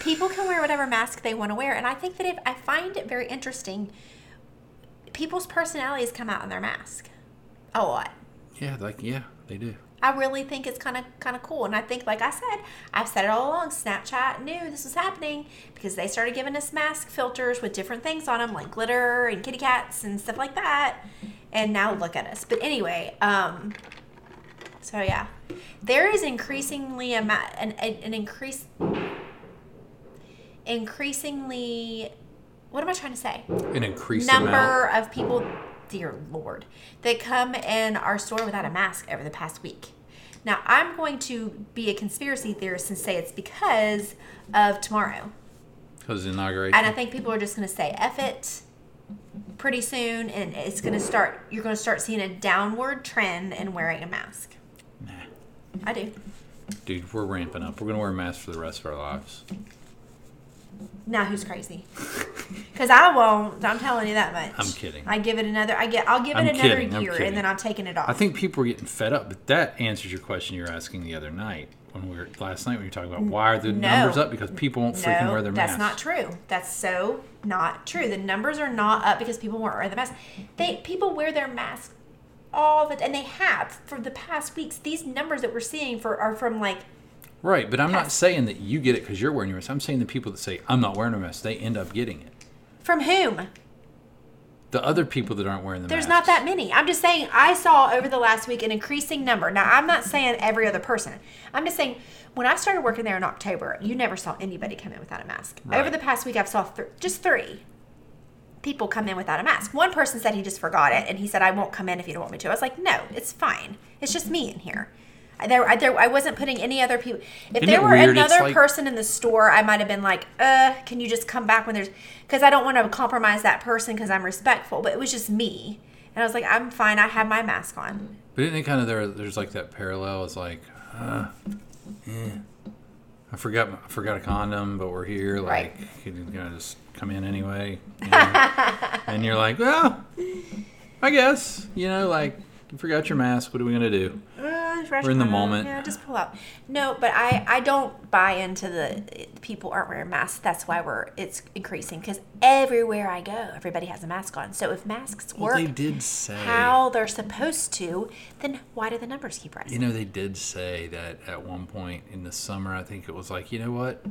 [SPEAKER 2] people can wear whatever mask they want to wear, and I think that if I find it very interesting, people's personalities come out in their mask a lot.
[SPEAKER 1] Yeah, like yeah, they do.
[SPEAKER 2] I really think it's kind of kind of cool, and I think, like I said, I've said it all along. Snapchat knew this was happening because they started giving us mask filters with different things on them, like glitter and kitty cats and stuff like that. And now look at us. But anyway, um, so yeah, there is increasingly a ma- an, an, an increase, increasingly, what am I trying to say?
[SPEAKER 1] An increased amount.
[SPEAKER 2] number of people, dear Lord, that come in our store without a mask over the past week. Now, I'm going to be a conspiracy theorist and say it's because of tomorrow.
[SPEAKER 1] Because inauguration.
[SPEAKER 2] And I think people are just going to say F it pretty soon. And it's going to start, you're going to start seeing a downward trend in wearing a mask.
[SPEAKER 1] nah,
[SPEAKER 2] I do.
[SPEAKER 1] dude, we're ramping up. We're gonna wear masks for the rest of our lives.
[SPEAKER 2] Now, who's crazy? Because I won't. I'm telling you that much.
[SPEAKER 1] I'm kidding.
[SPEAKER 2] I give it another, I get, I'll give it
[SPEAKER 1] I'm
[SPEAKER 2] another
[SPEAKER 1] kidding, I'm
[SPEAKER 2] year
[SPEAKER 1] kidding.
[SPEAKER 2] and then I'm taking it off.
[SPEAKER 1] I think people are getting fed up, but that answers your question you were asking the other night when we were last night when you were talking about why are the
[SPEAKER 2] No.
[SPEAKER 1] numbers up because people won't freaking
[SPEAKER 2] no,
[SPEAKER 1] wear their masks.
[SPEAKER 2] that's not true. That's so not true. The numbers are not up because people weren't wearing the mask. They people wear their masks all the and they have for the past weeks. These numbers that we're seeing for are from like
[SPEAKER 1] Right, but I'm not
[SPEAKER 2] Yes.
[SPEAKER 1] saying that you get it because you're wearing your mask. I'm saying the people that say I'm not wearing a mask, they end up getting it.
[SPEAKER 2] from whom?
[SPEAKER 1] The other people that aren't wearing the
[SPEAKER 2] There's not
[SPEAKER 1] masks.
[SPEAKER 2] that many. I'm just saying I saw over the last week an increasing number. Now I'm not saying every other person. I'm just saying when I started working there in October, you never saw anybody come in without a mask.
[SPEAKER 1] Right.
[SPEAKER 2] Over the past week, I've saw th- just three people come in without a mask. One person said he just forgot it, and he said I won't come in if you don't want me to. I was like, no, it's fine. It's just me in here. I- There, I, there, I wasn't putting any other people. If
[SPEAKER 1] Isn't
[SPEAKER 2] there
[SPEAKER 1] it
[SPEAKER 2] were
[SPEAKER 1] weird? It's
[SPEAKER 2] another
[SPEAKER 1] like-
[SPEAKER 2] person in the store, I might have been like, uh, can you just come back when there's, because I don't want to compromise that person because I'm respectful, but it was just me. And I was like, I'm fine. I have my mask on.
[SPEAKER 1] But isn't it kind of there? There's like that parallel. It's like, uh, eh. I forgot I forgot a condom, but we're here.
[SPEAKER 2] Right.
[SPEAKER 1] Like, you can kind of just come in anyway. you know? and you're like, well, I guess you know, like you forgot your mask. What are we gonna do?
[SPEAKER 2] Uh, fresh.
[SPEAKER 1] We're in the
[SPEAKER 2] product.
[SPEAKER 1] moment.
[SPEAKER 2] Yeah, just pull out. No, but I I don't buy into the people aren't wearing masks. That's why we're it's increasing because everywhere I go, everybody has a mask on. So if masks
[SPEAKER 1] Well,
[SPEAKER 2] work
[SPEAKER 1] they did say.
[SPEAKER 2] how they're supposed to, then why do the numbers keep rising?
[SPEAKER 1] You know, they did say that at one point in the summer, I think it was like, you know what?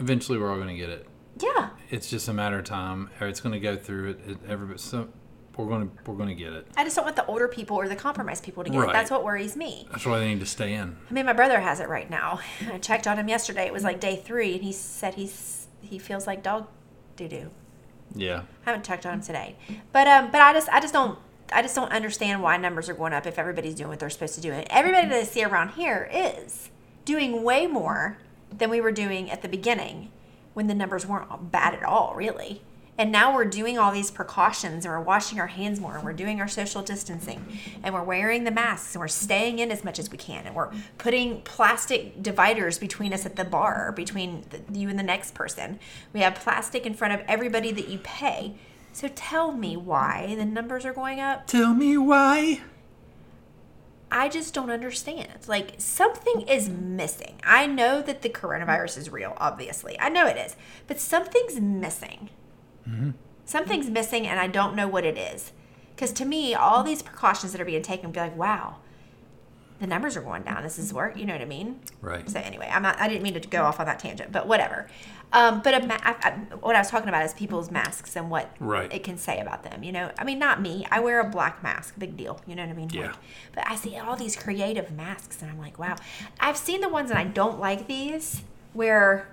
[SPEAKER 1] Eventually, we're all going to get it.
[SPEAKER 2] yeah,
[SPEAKER 1] It's just a matter of time. or It's going to go through it. it every, so we're going to we're going to get it.
[SPEAKER 2] I just don't want the older people or the compromised people to get it.
[SPEAKER 1] Right.
[SPEAKER 2] That's what worries me.
[SPEAKER 1] That's why they need to stay in.
[SPEAKER 2] I mean, my brother has it right now. I checked on him yesterday. It was like day three, and he said he's he feels like dog doo doo.
[SPEAKER 1] Yeah.
[SPEAKER 2] I haven't checked on him today, but um, but I just I just don't I just don't understand why numbers are going up if everybody's doing what they're supposed to do. And everybody that I see around here is doing way more than we were doing at the beginning when the numbers weren't all- bad at all, really. And now we're doing all these precautions and we're washing our hands more and we're doing our social distancing and we're wearing the masks and we're staying in as much as we can and we're putting plastic dividers between us at the bar, between the, you and the next person. We have plastic in front of everybody that you pay. So tell me why the numbers are going up.
[SPEAKER 1] Tell me why.
[SPEAKER 2] I just don't understand. Like something is missing. I know that the coronavirus is real, obviously. I know it is, but something's missing. Something's missing, and I don't know what it is. Because to me, all these precautions that are being taken, be like, wow, the numbers are going down. This is work. You know what I mean?
[SPEAKER 1] Right.
[SPEAKER 2] So anyway, I'm not. I didn't mean to go off on that tangent, but whatever. Um, but a ma- I, I, what I was talking about is people's masks and what
[SPEAKER 1] Right.
[SPEAKER 2] it can say about them. You know, I mean, not me. I wear a black mask. Big deal. You know what I mean?
[SPEAKER 1] Yeah.
[SPEAKER 2] Like, but I see all these creative masks, and I'm like, wow. I've seen the ones, and I don't like these where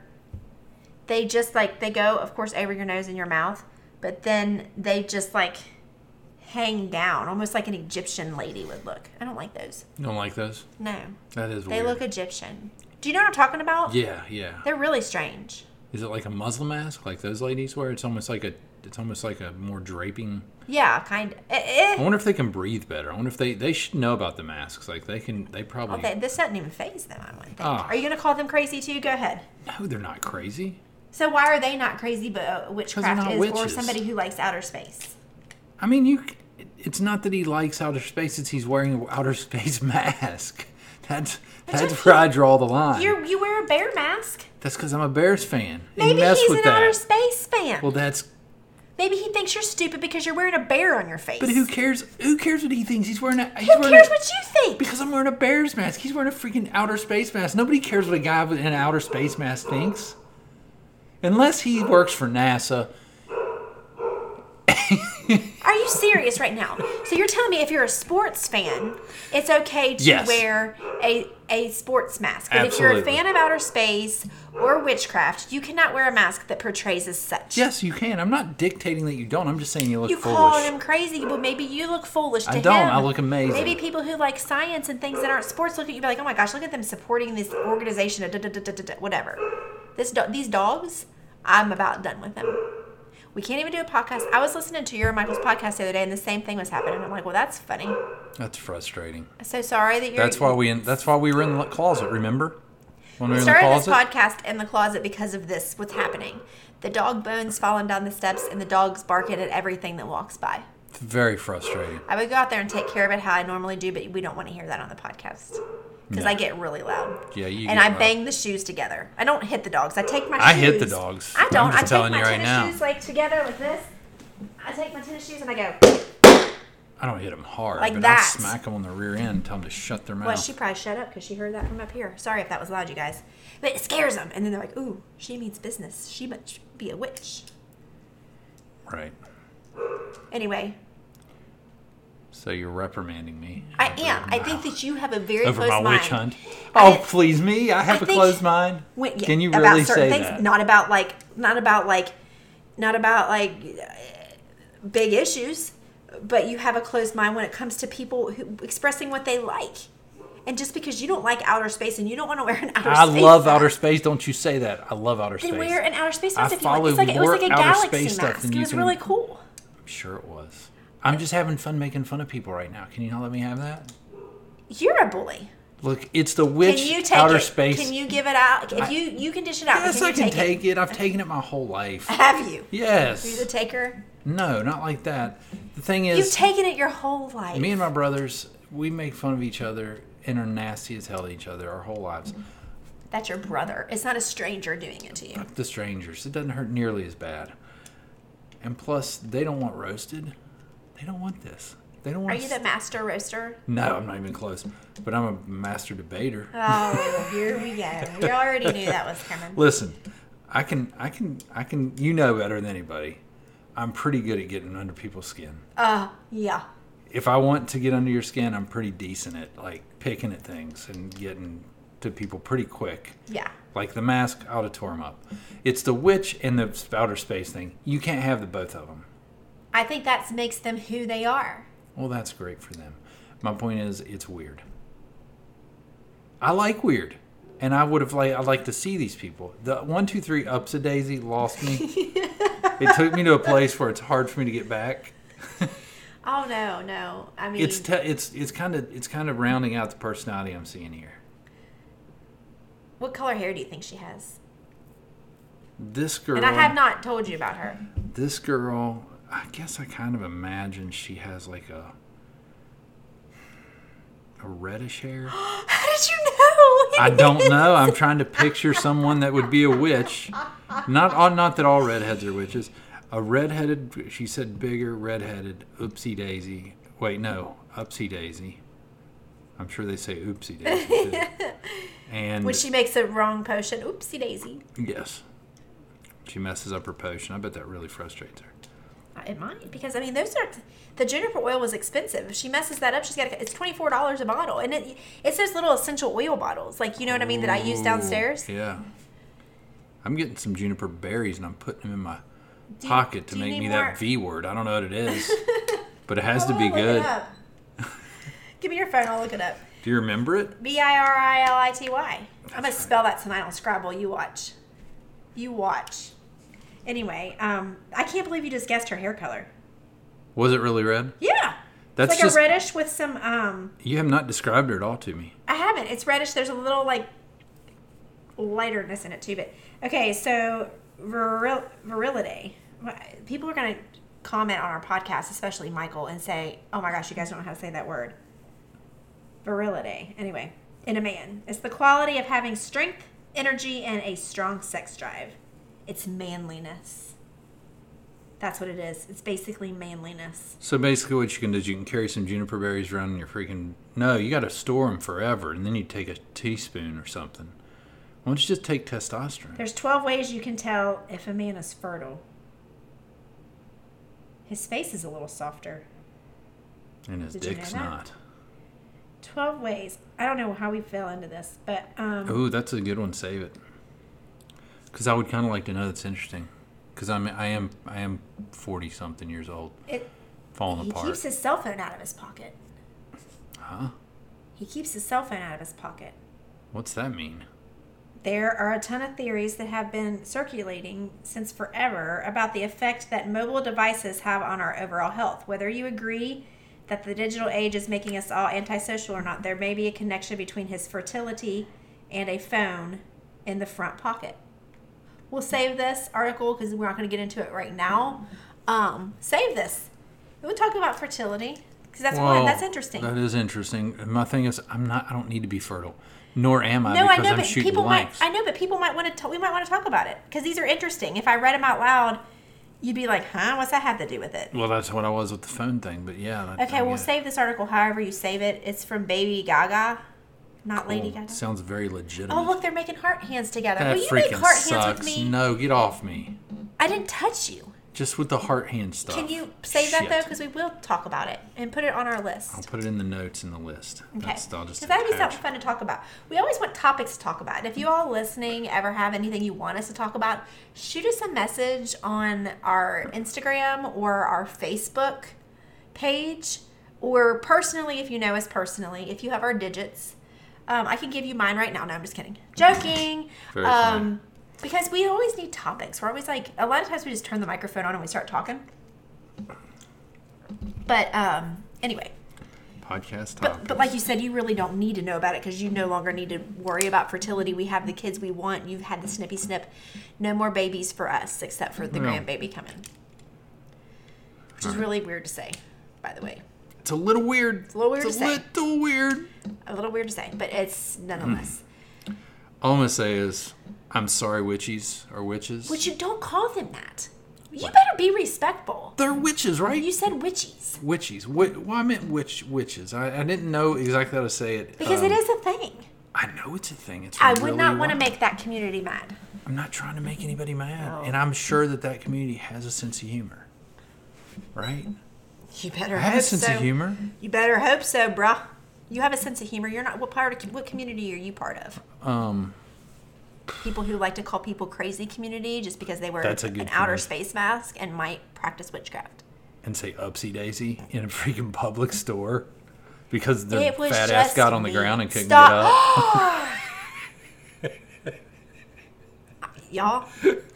[SPEAKER 2] they just like they go, of course, over your nose and your mouth, but then they just like hang down, almost like an Egyptian lady would look. I don't like those.
[SPEAKER 1] You don't like those?
[SPEAKER 2] No,
[SPEAKER 1] That is
[SPEAKER 2] they
[SPEAKER 1] weird.
[SPEAKER 2] look Egyptian. Do you know what I'm talking about?
[SPEAKER 1] yeah, yeah.
[SPEAKER 2] They're really strange.
[SPEAKER 1] Is it like a muzzle mask like those ladies wear? It's almost like a it's almost like a more draping.
[SPEAKER 2] Yeah, kind of. Eh,
[SPEAKER 1] I wonder if they can breathe better. I wonder if they they should know about the masks. Like they can they probably
[SPEAKER 2] Okay, this doesn't even phase them. I don't think.
[SPEAKER 1] Ah.
[SPEAKER 2] Are you gonna call them crazy too? Go ahead.
[SPEAKER 1] no, they're not crazy.
[SPEAKER 2] So why are they not crazy, but uh, witchcraft
[SPEAKER 1] not
[SPEAKER 2] is, or
[SPEAKER 1] witches.
[SPEAKER 2] somebody who likes outer space?
[SPEAKER 1] I mean, you. c- It's not that he likes outer space; it's he's wearing an outer space mask. That's that's
[SPEAKER 2] just-
[SPEAKER 1] where I draw the line.
[SPEAKER 2] You you wear a bear mask.
[SPEAKER 1] That's because I'm a Bears fan. and
[SPEAKER 2] Maybe
[SPEAKER 1] mess
[SPEAKER 2] he's an
[SPEAKER 1] with that.
[SPEAKER 2] outer space fan.
[SPEAKER 1] Well, that's.
[SPEAKER 2] Maybe he thinks you're stupid because you're wearing a bear on your face.
[SPEAKER 1] But who cares? Who cares what he thinks? He's wearing a. He's
[SPEAKER 2] Who
[SPEAKER 1] wearing
[SPEAKER 2] cares
[SPEAKER 1] a,
[SPEAKER 2] what you think?
[SPEAKER 1] Because I'm wearing a Bears mask. He's wearing a freaking outer space mask. Nobody cares what a guy with an outer space mask thinks. Unless he works for NASA.
[SPEAKER 2] Are you serious right now? So you're telling me if you're a sports fan, it's okay to
[SPEAKER 1] Yes.
[SPEAKER 2] wear a a sports mask. But if you're
[SPEAKER 1] Absolutely.
[SPEAKER 2] a fan of outer space or witchcraft, you cannot wear a mask that portrays as such.
[SPEAKER 1] Yes, you can. I'm not dictating that you don't. I'm just saying you look
[SPEAKER 2] You
[SPEAKER 1] foolish.
[SPEAKER 2] call him crazy, but maybe you look foolish to
[SPEAKER 1] I don't.
[SPEAKER 2] him.
[SPEAKER 1] I look amazing.
[SPEAKER 2] Maybe people who like science and things that aren't sports look at you and be like, oh my gosh, look at them supporting this organization, uh, da, da, da, da, da, da, whatever. This do- these dogs, I'm about done with them. We can't even do a podcast. I was listening to your and Michael's podcast the other day, and the same thing was happening. I'm like, well, that's funny.
[SPEAKER 1] That's frustrating.
[SPEAKER 2] I'm so sorry that you're.
[SPEAKER 1] That's why we. In, that's why we were in the closet. Remember? When we were in the
[SPEAKER 2] started this
[SPEAKER 1] closet.
[SPEAKER 2] podcast in the closet because of this. What's happening? The dog bones falling down the steps, and the dogs barking at everything that walks by.
[SPEAKER 1] It's very frustrating.
[SPEAKER 2] I would go out there and take care of it how I normally do, but we don't want to hear that on the podcast because
[SPEAKER 1] No.
[SPEAKER 2] I get really loud.
[SPEAKER 1] Yeah, you
[SPEAKER 2] And
[SPEAKER 1] get
[SPEAKER 2] I
[SPEAKER 1] loud.
[SPEAKER 2] bang the shoes together. I don't hit the dogs. I take my.
[SPEAKER 1] I
[SPEAKER 2] shoes.
[SPEAKER 1] hit the dogs.
[SPEAKER 2] I don't.
[SPEAKER 1] I'm
[SPEAKER 2] I
[SPEAKER 1] just
[SPEAKER 2] take
[SPEAKER 1] telling
[SPEAKER 2] my
[SPEAKER 1] you right
[SPEAKER 2] tennis
[SPEAKER 1] now.
[SPEAKER 2] shoes like together like this. I take my tennis shoes and I go.
[SPEAKER 1] I don't hit them hard,
[SPEAKER 2] Like
[SPEAKER 1] but
[SPEAKER 2] that.
[SPEAKER 1] I smack them on the rear end, and tell them to shut their mouth.
[SPEAKER 2] Well, she probably shut up because she heard that from up here. Sorry if that was loud, you guys. But it scares them, and then they're like, "Ooh, she means business. She must be a witch."
[SPEAKER 1] Right.
[SPEAKER 2] Anyway,
[SPEAKER 1] So you're reprimanding me.
[SPEAKER 2] I
[SPEAKER 1] Over
[SPEAKER 2] am. I
[SPEAKER 1] my-
[SPEAKER 2] think that you have a very
[SPEAKER 1] over
[SPEAKER 2] close
[SPEAKER 1] my
[SPEAKER 2] mind.
[SPEAKER 1] witch hunt.
[SPEAKER 2] I
[SPEAKER 1] Oh,
[SPEAKER 2] think-
[SPEAKER 1] please me! I have
[SPEAKER 2] I
[SPEAKER 1] a
[SPEAKER 2] think-
[SPEAKER 1] closed mind.
[SPEAKER 2] When- yeah,
[SPEAKER 1] Can you
[SPEAKER 2] about
[SPEAKER 1] really say
[SPEAKER 2] certain things,
[SPEAKER 1] that?
[SPEAKER 2] Not about like, not about like, not about like uh, big issues, but you have a closed mind when it comes to people who, expressing what they like. And just because you don't like outer space and you don't want to wear an outer
[SPEAKER 1] I
[SPEAKER 2] space,
[SPEAKER 1] love
[SPEAKER 2] mask,
[SPEAKER 1] outer space. Don't you say that? I love outer
[SPEAKER 2] Then
[SPEAKER 1] space.
[SPEAKER 2] wear an outer space
[SPEAKER 1] I
[SPEAKER 2] mask if you want. It's
[SPEAKER 1] follow
[SPEAKER 2] like it was
[SPEAKER 1] more
[SPEAKER 2] like a
[SPEAKER 1] outer
[SPEAKER 2] galaxy
[SPEAKER 1] space stuff
[SPEAKER 2] mask.
[SPEAKER 1] than
[SPEAKER 2] It
[SPEAKER 1] you
[SPEAKER 2] was
[SPEAKER 1] can-
[SPEAKER 2] really cool.
[SPEAKER 1] I'm sure it was. I'm just having fun making fun of people right now. Can you not let me have that?
[SPEAKER 2] You're a bully.
[SPEAKER 1] Look, it's the
[SPEAKER 2] Can
[SPEAKER 1] witch
[SPEAKER 2] you take
[SPEAKER 1] outer
[SPEAKER 2] it?
[SPEAKER 1] space.
[SPEAKER 2] Can you give it out? If
[SPEAKER 1] I-
[SPEAKER 2] you you can dish it out, but
[SPEAKER 1] yes,
[SPEAKER 2] can
[SPEAKER 1] I
[SPEAKER 2] you
[SPEAKER 1] can
[SPEAKER 2] take,
[SPEAKER 1] take it. I've taken it my whole life.
[SPEAKER 2] it? Have you?
[SPEAKER 1] Yes.
[SPEAKER 2] You're the taker.
[SPEAKER 1] no, not like that. The thing
[SPEAKER 2] You've
[SPEAKER 1] is,
[SPEAKER 2] taken it your whole life.
[SPEAKER 1] me and my brothers, we make fun of each other, and are nasty as hell to each other our whole lives.
[SPEAKER 2] That's your brother. It's not a stranger doing it to you.
[SPEAKER 1] The strangers, it doesn't hurt nearly as bad. And plus, they don't want roasted. They don't want this. They don't
[SPEAKER 2] Are
[SPEAKER 1] want.
[SPEAKER 2] you the master roaster?
[SPEAKER 1] no, I'm not even close. But I'm a master debater.
[SPEAKER 2] Oh, here we go. We already knew that was coming.
[SPEAKER 1] Listen, I can, I can, I can. You know better than anybody. I'm pretty good at getting under people's skin.
[SPEAKER 2] Uh, yeah.
[SPEAKER 1] if I want to get under your skin, I'm pretty decent at like picking at things and getting to people pretty quick.
[SPEAKER 2] Yeah.
[SPEAKER 1] Like the mask, I would have tore 'em up. It's the witch and the outer space thing. You can't have the both of them.
[SPEAKER 2] I think that makes them who they are.
[SPEAKER 1] Well, that's great for them. My point is, it's weird. I like weird, and I would have like I like to see these people. The one, two, three ups a daisy lost me. it took me to a place where it's hard for me to get back.
[SPEAKER 2] Oh no, no. I mean,
[SPEAKER 1] It's te- it's it's kind of it's kind of rounding out the personality I'm seeing here.
[SPEAKER 2] what color hair do you think she has?
[SPEAKER 1] This girl.
[SPEAKER 2] And I have not told you about her.
[SPEAKER 1] this girl i guess i kind of imagine she has like a a reddish hair
[SPEAKER 2] How did you know?
[SPEAKER 1] i don't know i'm trying to picture someone that would be a witch not all- not that all redheads are witches a redheaded she said bigger redheaded oopsie daisy wait no upsie daisy i'm sure they say oopsie daisy too. and
[SPEAKER 2] when she makes a wrong potion, oopsie daisy.
[SPEAKER 1] yes she messes up her potion i bet that really frustrates her
[SPEAKER 2] It might uh, because I mean those are the juniper oil was expensive. If she messes that up, she's got to, it's twenty four dollars a bottle, and it it's those little essential oil bottles, like you know what I mean, that I use
[SPEAKER 1] Ooh,
[SPEAKER 2] downstairs.
[SPEAKER 1] Yeah. I'm getting some juniper berries and I'm putting them in my
[SPEAKER 2] Do you-
[SPEAKER 1] pocket to
[SPEAKER 2] do you
[SPEAKER 1] make
[SPEAKER 2] need
[SPEAKER 1] me
[SPEAKER 2] more?
[SPEAKER 1] that V word. I don't know what it is, but it has to
[SPEAKER 2] Hold
[SPEAKER 1] be
[SPEAKER 2] on, look it
[SPEAKER 1] good.
[SPEAKER 2] up. Give me your phone. I'll look it up.
[SPEAKER 1] Do you remember it?
[SPEAKER 2] B i r i l i t y. I'm gonna spell that tonight on Scrabble. You watch. You watch. Anyway, um, I can't believe you just guessed her hair color.
[SPEAKER 1] Was it really red?
[SPEAKER 2] Yeah.
[SPEAKER 1] That's
[SPEAKER 2] it's like
[SPEAKER 1] just
[SPEAKER 2] a reddish with some um
[SPEAKER 1] you have not described her at all to me.
[SPEAKER 2] I haven't. It's reddish. There's a little like lighterness in it too. But okay, so viril- virility. Wh- People are gonna comment on our podcast, especially Michael, and say, "Oh my gosh, you guys don't know how to say that word." Virility. Anyway, in a man, it's the quality of having strength, energy, and a strong sex drive. It's manliness. That's what it is. It's basically manliness.
[SPEAKER 1] So basically, what you can do is you can carry some juniper berries around in your freaking. No, you got to store them forever, and then you take a teaspoon or something. Why don't you just take testosterone?
[SPEAKER 2] There's 12 ways you can tell if a man is fertile. His face is a little softer.
[SPEAKER 1] and his
[SPEAKER 2] Did you know
[SPEAKER 1] dick's
[SPEAKER 2] that?
[SPEAKER 1] not.
[SPEAKER 2] 12 ways. I don't know how we fell into this, but um
[SPEAKER 1] Ooh, that's a good one. Save it. Because I would kind of like to know. That's interesting. Because I'm I am I am forty something years old,
[SPEAKER 2] it,
[SPEAKER 1] falling
[SPEAKER 2] he
[SPEAKER 1] apart.
[SPEAKER 2] keeps his cell phone out of his pocket.
[SPEAKER 1] huh?
[SPEAKER 2] He keeps his cell phone out of his pocket.
[SPEAKER 1] What's that mean?
[SPEAKER 2] There are a ton of theories that have been circulating since forever about the effect that mobile devices have on our overall health. Whether you agree that the digital age is making us all antisocial or not, there may be a connection between his fertility and a phone in the front pocket. We'll save this article because we're not going to get into it right now. Um, save this. We'll talk about fertility because that's one that's interesting.
[SPEAKER 1] That is interesting. And My thing is, I'm not. I don't need to be fertile, nor am I
[SPEAKER 2] No,
[SPEAKER 1] Uh,
[SPEAKER 2] I
[SPEAKER 1] because
[SPEAKER 2] know,
[SPEAKER 1] I'm
[SPEAKER 2] but
[SPEAKER 1] shooting
[SPEAKER 2] people
[SPEAKER 1] blanks.
[SPEAKER 2] might. I know, but people might want to. T- we might want to talk about it because these are interesting. If I read them out loud, you'd be like, "Huh? What's that have to do with it?"
[SPEAKER 1] well, that's what I was with the phone thing, but yeah. That,
[SPEAKER 2] Okay,
[SPEAKER 1] Mm, I
[SPEAKER 2] we'll
[SPEAKER 1] get it.
[SPEAKER 2] save this article however you save it. It's from Baby Gaga, not Lady
[SPEAKER 1] Well,
[SPEAKER 2] Gaga.
[SPEAKER 1] Sounds very legitimate.
[SPEAKER 2] Oh, look, they're making heart hands together.
[SPEAKER 1] that
[SPEAKER 2] Will you make
[SPEAKER 1] freaking
[SPEAKER 2] heart hands
[SPEAKER 1] sucks.
[SPEAKER 2] with me?
[SPEAKER 1] No, get off me.
[SPEAKER 2] I didn't touch you.
[SPEAKER 1] Just with the heart hand stuff.
[SPEAKER 2] Can you save that though?
[SPEAKER 1] Shit.
[SPEAKER 2] Because we will talk about it and put it on our
[SPEAKER 1] I'll
[SPEAKER 2] list.
[SPEAKER 1] put it in the notes in the list.
[SPEAKER 2] Okay.
[SPEAKER 1] That's, I'll just
[SPEAKER 2] Because that'd be
[SPEAKER 1] attach
[SPEAKER 2] something fun to talk about. We always want topics to talk about. And if you all listening ever have anything you want us to talk about, shoot us a message on our Instagram or our Facebook page, or personally, if you know us personally, if you have our digits. Um, I can give you mine right now. No, I'm just kidding. Joking.
[SPEAKER 1] Very funny.
[SPEAKER 2] um, because we always need topics. We're always like, a lot of times we just turn the microphone on and we start talking. But um, anyway,
[SPEAKER 1] podcast
[SPEAKER 2] but,
[SPEAKER 1] topic.
[SPEAKER 2] but like you said, you really don't need to know about it because you no longer need to worry about fertility. We have the kids we want. You've had the snippy snip. No more babies for us, except for the
[SPEAKER 1] Yeah.
[SPEAKER 2] grandbaby coming, which is
[SPEAKER 1] Alright.
[SPEAKER 2] really weird to say, by the way.
[SPEAKER 1] It's a little weird. It's
[SPEAKER 2] a little weird
[SPEAKER 1] It's a
[SPEAKER 2] to say.
[SPEAKER 1] little weird.
[SPEAKER 2] A little weird to say, but it's nonetheless.
[SPEAKER 1] Hmm. All I'm gonna say is, I'm sorry, witches or witches.
[SPEAKER 2] But you don't call them that. You better be respectful.
[SPEAKER 1] They're witches, right?
[SPEAKER 2] You said witches
[SPEAKER 1] witches. Wi- well, I meant witch witches. I, I didn't know exactly how to say it
[SPEAKER 2] because
[SPEAKER 1] um,
[SPEAKER 2] it is a thing.
[SPEAKER 1] I know it's a thing. It's.
[SPEAKER 2] I would
[SPEAKER 1] really
[SPEAKER 2] not want to
[SPEAKER 1] wild.
[SPEAKER 2] make that community mad.
[SPEAKER 1] I'm not trying to make anybody mad,
[SPEAKER 2] No.
[SPEAKER 1] and I'm sure that that community has a sense of humor, right?
[SPEAKER 2] You better
[SPEAKER 1] I have a sense of humor.
[SPEAKER 2] You better hope so, bruh. You have a sense of humor. You're not what part of what community are you part of?
[SPEAKER 1] Um,
[SPEAKER 2] People who like to call people crazy community just because they wear
[SPEAKER 1] That's a
[SPEAKER 2] an
[SPEAKER 1] good
[SPEAKER 2] outer
[SPEAKER 1] point.
[SPEAKER 2] space mask and might practice witchcraft.
[SPEAKER 1] and say upsy daisy in a freaking public store because their
[SPEAKER 2] It was
[SPEAKER 1] fat ass
[SPEAKER 2] just
[SPEAKER 1] got on the
[SPEAKER 2] me.
[SPEAKER 1] ground and couldn't
[SPEAKER 2] Stop.
[SPEAKER 1] get up.
[SPEAKER 2] Y'all,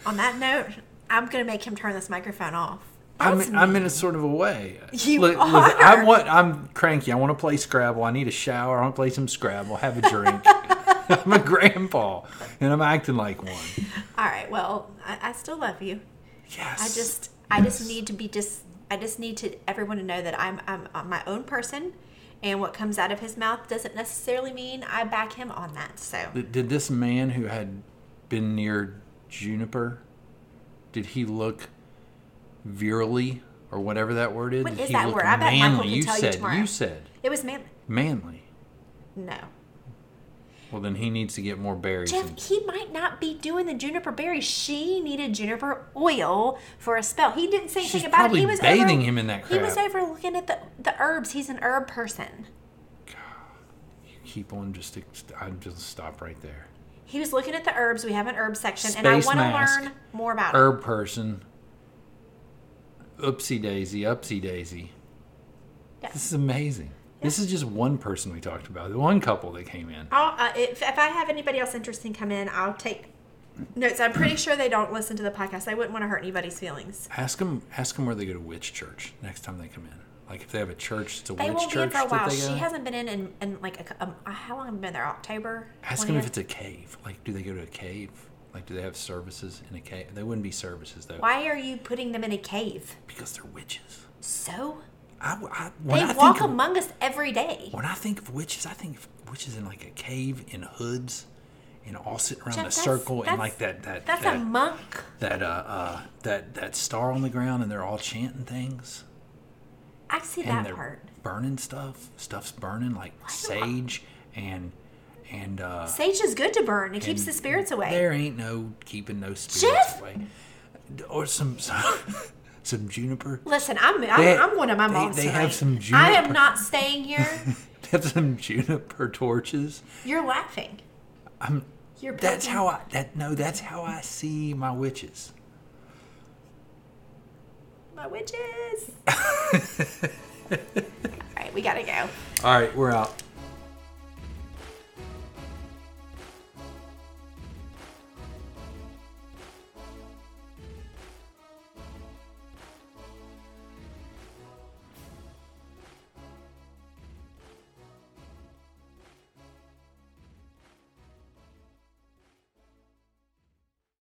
[SPEAKER 2] on that note, I'm gonna make him turn this microphone off.
[SPEAKER 1] I'm,
[SPEAKER 2] That's
[SPEAKER 1] I'm
[SPEAKER 2] mean.
[SPEAKER 1] in a sort of a way.
[SPEAKER 2] You
[SPEAKER 1] Look, look,
[SPEAKER 2] are.
[SPEAKER 1] I want. I'm cranky. I want to play Scrabble. I need a shower. I want to play some Scrabble. Have a drink. I'm a grandpa, and I'm acting like one.
[SPEAKER 2] All right. Well, I, I still love you.
[SPEAKER 1] Yes.
[SPEAKER 2] I just, I just need to be just, I just need to everyone to know that I'm, I'm, I'm my own person, and what comes out of his mouth doesn't necessarily mean I back him on that. So
[SPEAKER 1] Did did this man who had been near Juniper, did he look virilely or whatever that word is?
[SPEAKER 2] What
[SPEAKER 1] Did
[SPEAKER 2] is
[SPEAKER 1] he
[SPEAKER 2] that
[SPEAKER 1] look
[SPEAKER 2] word? I bet Michael
[SPEAKER 1] manly?
[SPEAKER 2] can
[SPEAKER 1] you
[SPEAKER 2] tell you
[SPEAKER 1] said.
[SPEAKER 2] tomorrow.
[SPEAKER 1] you said
[SPEAKER 2] it was man.
[SPEAKER 1] manly.
[SPEAKER 2] No,
[SPEAKER 1] Well, then he needs to get more berries.
[SPEAKER 2] Jeff,
[SPEAKER 1] and-
[SPEAKER 2] he might not be doing the juniper berry. She needed juniper oil for a spell. He didn't say anything
[SPEAKER 1] She's
[SPEAKER 2] about it.
[SPEAKER 1] probably
[SPEAKER 2] He was
[SPEAKER 1] bathing
[SPEAKER 2] over-
[SPEAKER 1] him in that crap.
[SPEAKER 2] He was overlooking at the the herbs. He's an herb person.
[SPEAKER 1] Keep on just. ex- I'm just stop right there.
[SPEAKER 2] He was looking at the herbs. We have an herb section, and I
[SPEAKER 1] Space
[SPEAKER 2] want to
[SPEAKER 1] mask.
[SPEAKER 2] learn more about it.
[SPEAKER 1] Herb person. Oopsie daisy. Upsy daisy.
[SPEAKER 2] Yeah.
[SPEAKER 1] This is amazing. This is just one person we talked about. The one couple that came in.
[SPEAKER 2] I'll, uh, if, if I have anybody else interesting come in, I'll take notes. I'm pretty sure they don't listen to the podcast. I wouldn't want to hurt anybody's feelings.
[SPEAKER 1] Ask them. Ask them where they go to which church next time they come in. Like if they have a church, it's a
[SPEAKER 2] They
[SPEAKER 1] witch
[SPEAKER 2] won't be in
[SPEAKER 1] church
[SPEAKER 2] for a
[SPEAKER 1] that
[SPEAKER 2] while.
[SPEAKER 1] they go.
[SPEAKER 2] She hasn't been in in, in like a, cou- um, how long have we been there? October.
[SPEAKER 1] ask them if
[SPEAKER 2] 20th?
[SPEAKER 1] it's a cave. Like, do they go to a cave? Like, do they have services in a cave? They wouldn't be services though,
[SPEAKER 2] Why are you putting them in a cave?
[SPEAKER 1] because they're witches.
[SPEAKER 2] So
[SPEAKER 1] I, I- when
[SPEAKER 2] they
[SPEAKER 1] I
[SPEAKER 2] walk
[SPEAKER 1] think of,
[SPEAKER 2] among us every day.
[SPEAKER 1] when I think of witches, I think of witches in like a cave in hoods, and all sitting around
[SPEAKER 2] Jeff,
[SPEAKER 1] in a
[SPEAKER 2] that's-
[SPEAKER 1] circle and
[SPEAKER 2] that's-
[SPEAKER 1] like that that
[SPEAKER 2] That's
[SPEAKER 1] that,
[SPEAKER 2] a monk.
[SPEAKER 1] that uh, uh that that star on the ground, and they're all chanting things.
[SPEAKER 2] I see
[SPEAKER 1] and
[SPEAKER 2] that
[SPEAKER 1] they're
[SPEAKER 2] part.
[SPEAKER 1] burning stuff. Stuff's burning like sage and and uh
[SPEAKER 2] Sage is good to burn. It keeps
[SPEAKER 1] and
[SPEAKER 2] the spirits away.
[SPEAKER 1] There ain't no keeping no spirits
[SPEAKER 2] Jeff!
[SPEAKER 1] away. Or some some, some juniper.
[SPEAKER 2] Listen, I'm I'm,
[SPEAKER 1] They-
[SPEAKER 2] I'm one of my
[SPEAKER 1] they-
[SPEAKER 2] moms.
[SPEAKER 1] they
[SPEAKER 2] tonight.
[SPEAKER 1] have some
[SPEAKER 2] I am
[SPEAKER 1] juniper-
[SPEAKER 2] not staying here.
[SPEAKER 1] They have some juniper torches.
[SPEAKER 2] You're laughing.
[SPEAKER 1] I'm
[SPEAKER 2] You're
[SPEAKER 1] that's
[SPEAKER 2] poking.
[SPEAKER 1] how I that no, that's how I see my witches.
[SPEAKER 2] My witches. All right, we gotta go.
[SPEAKER 1] All right, we're out.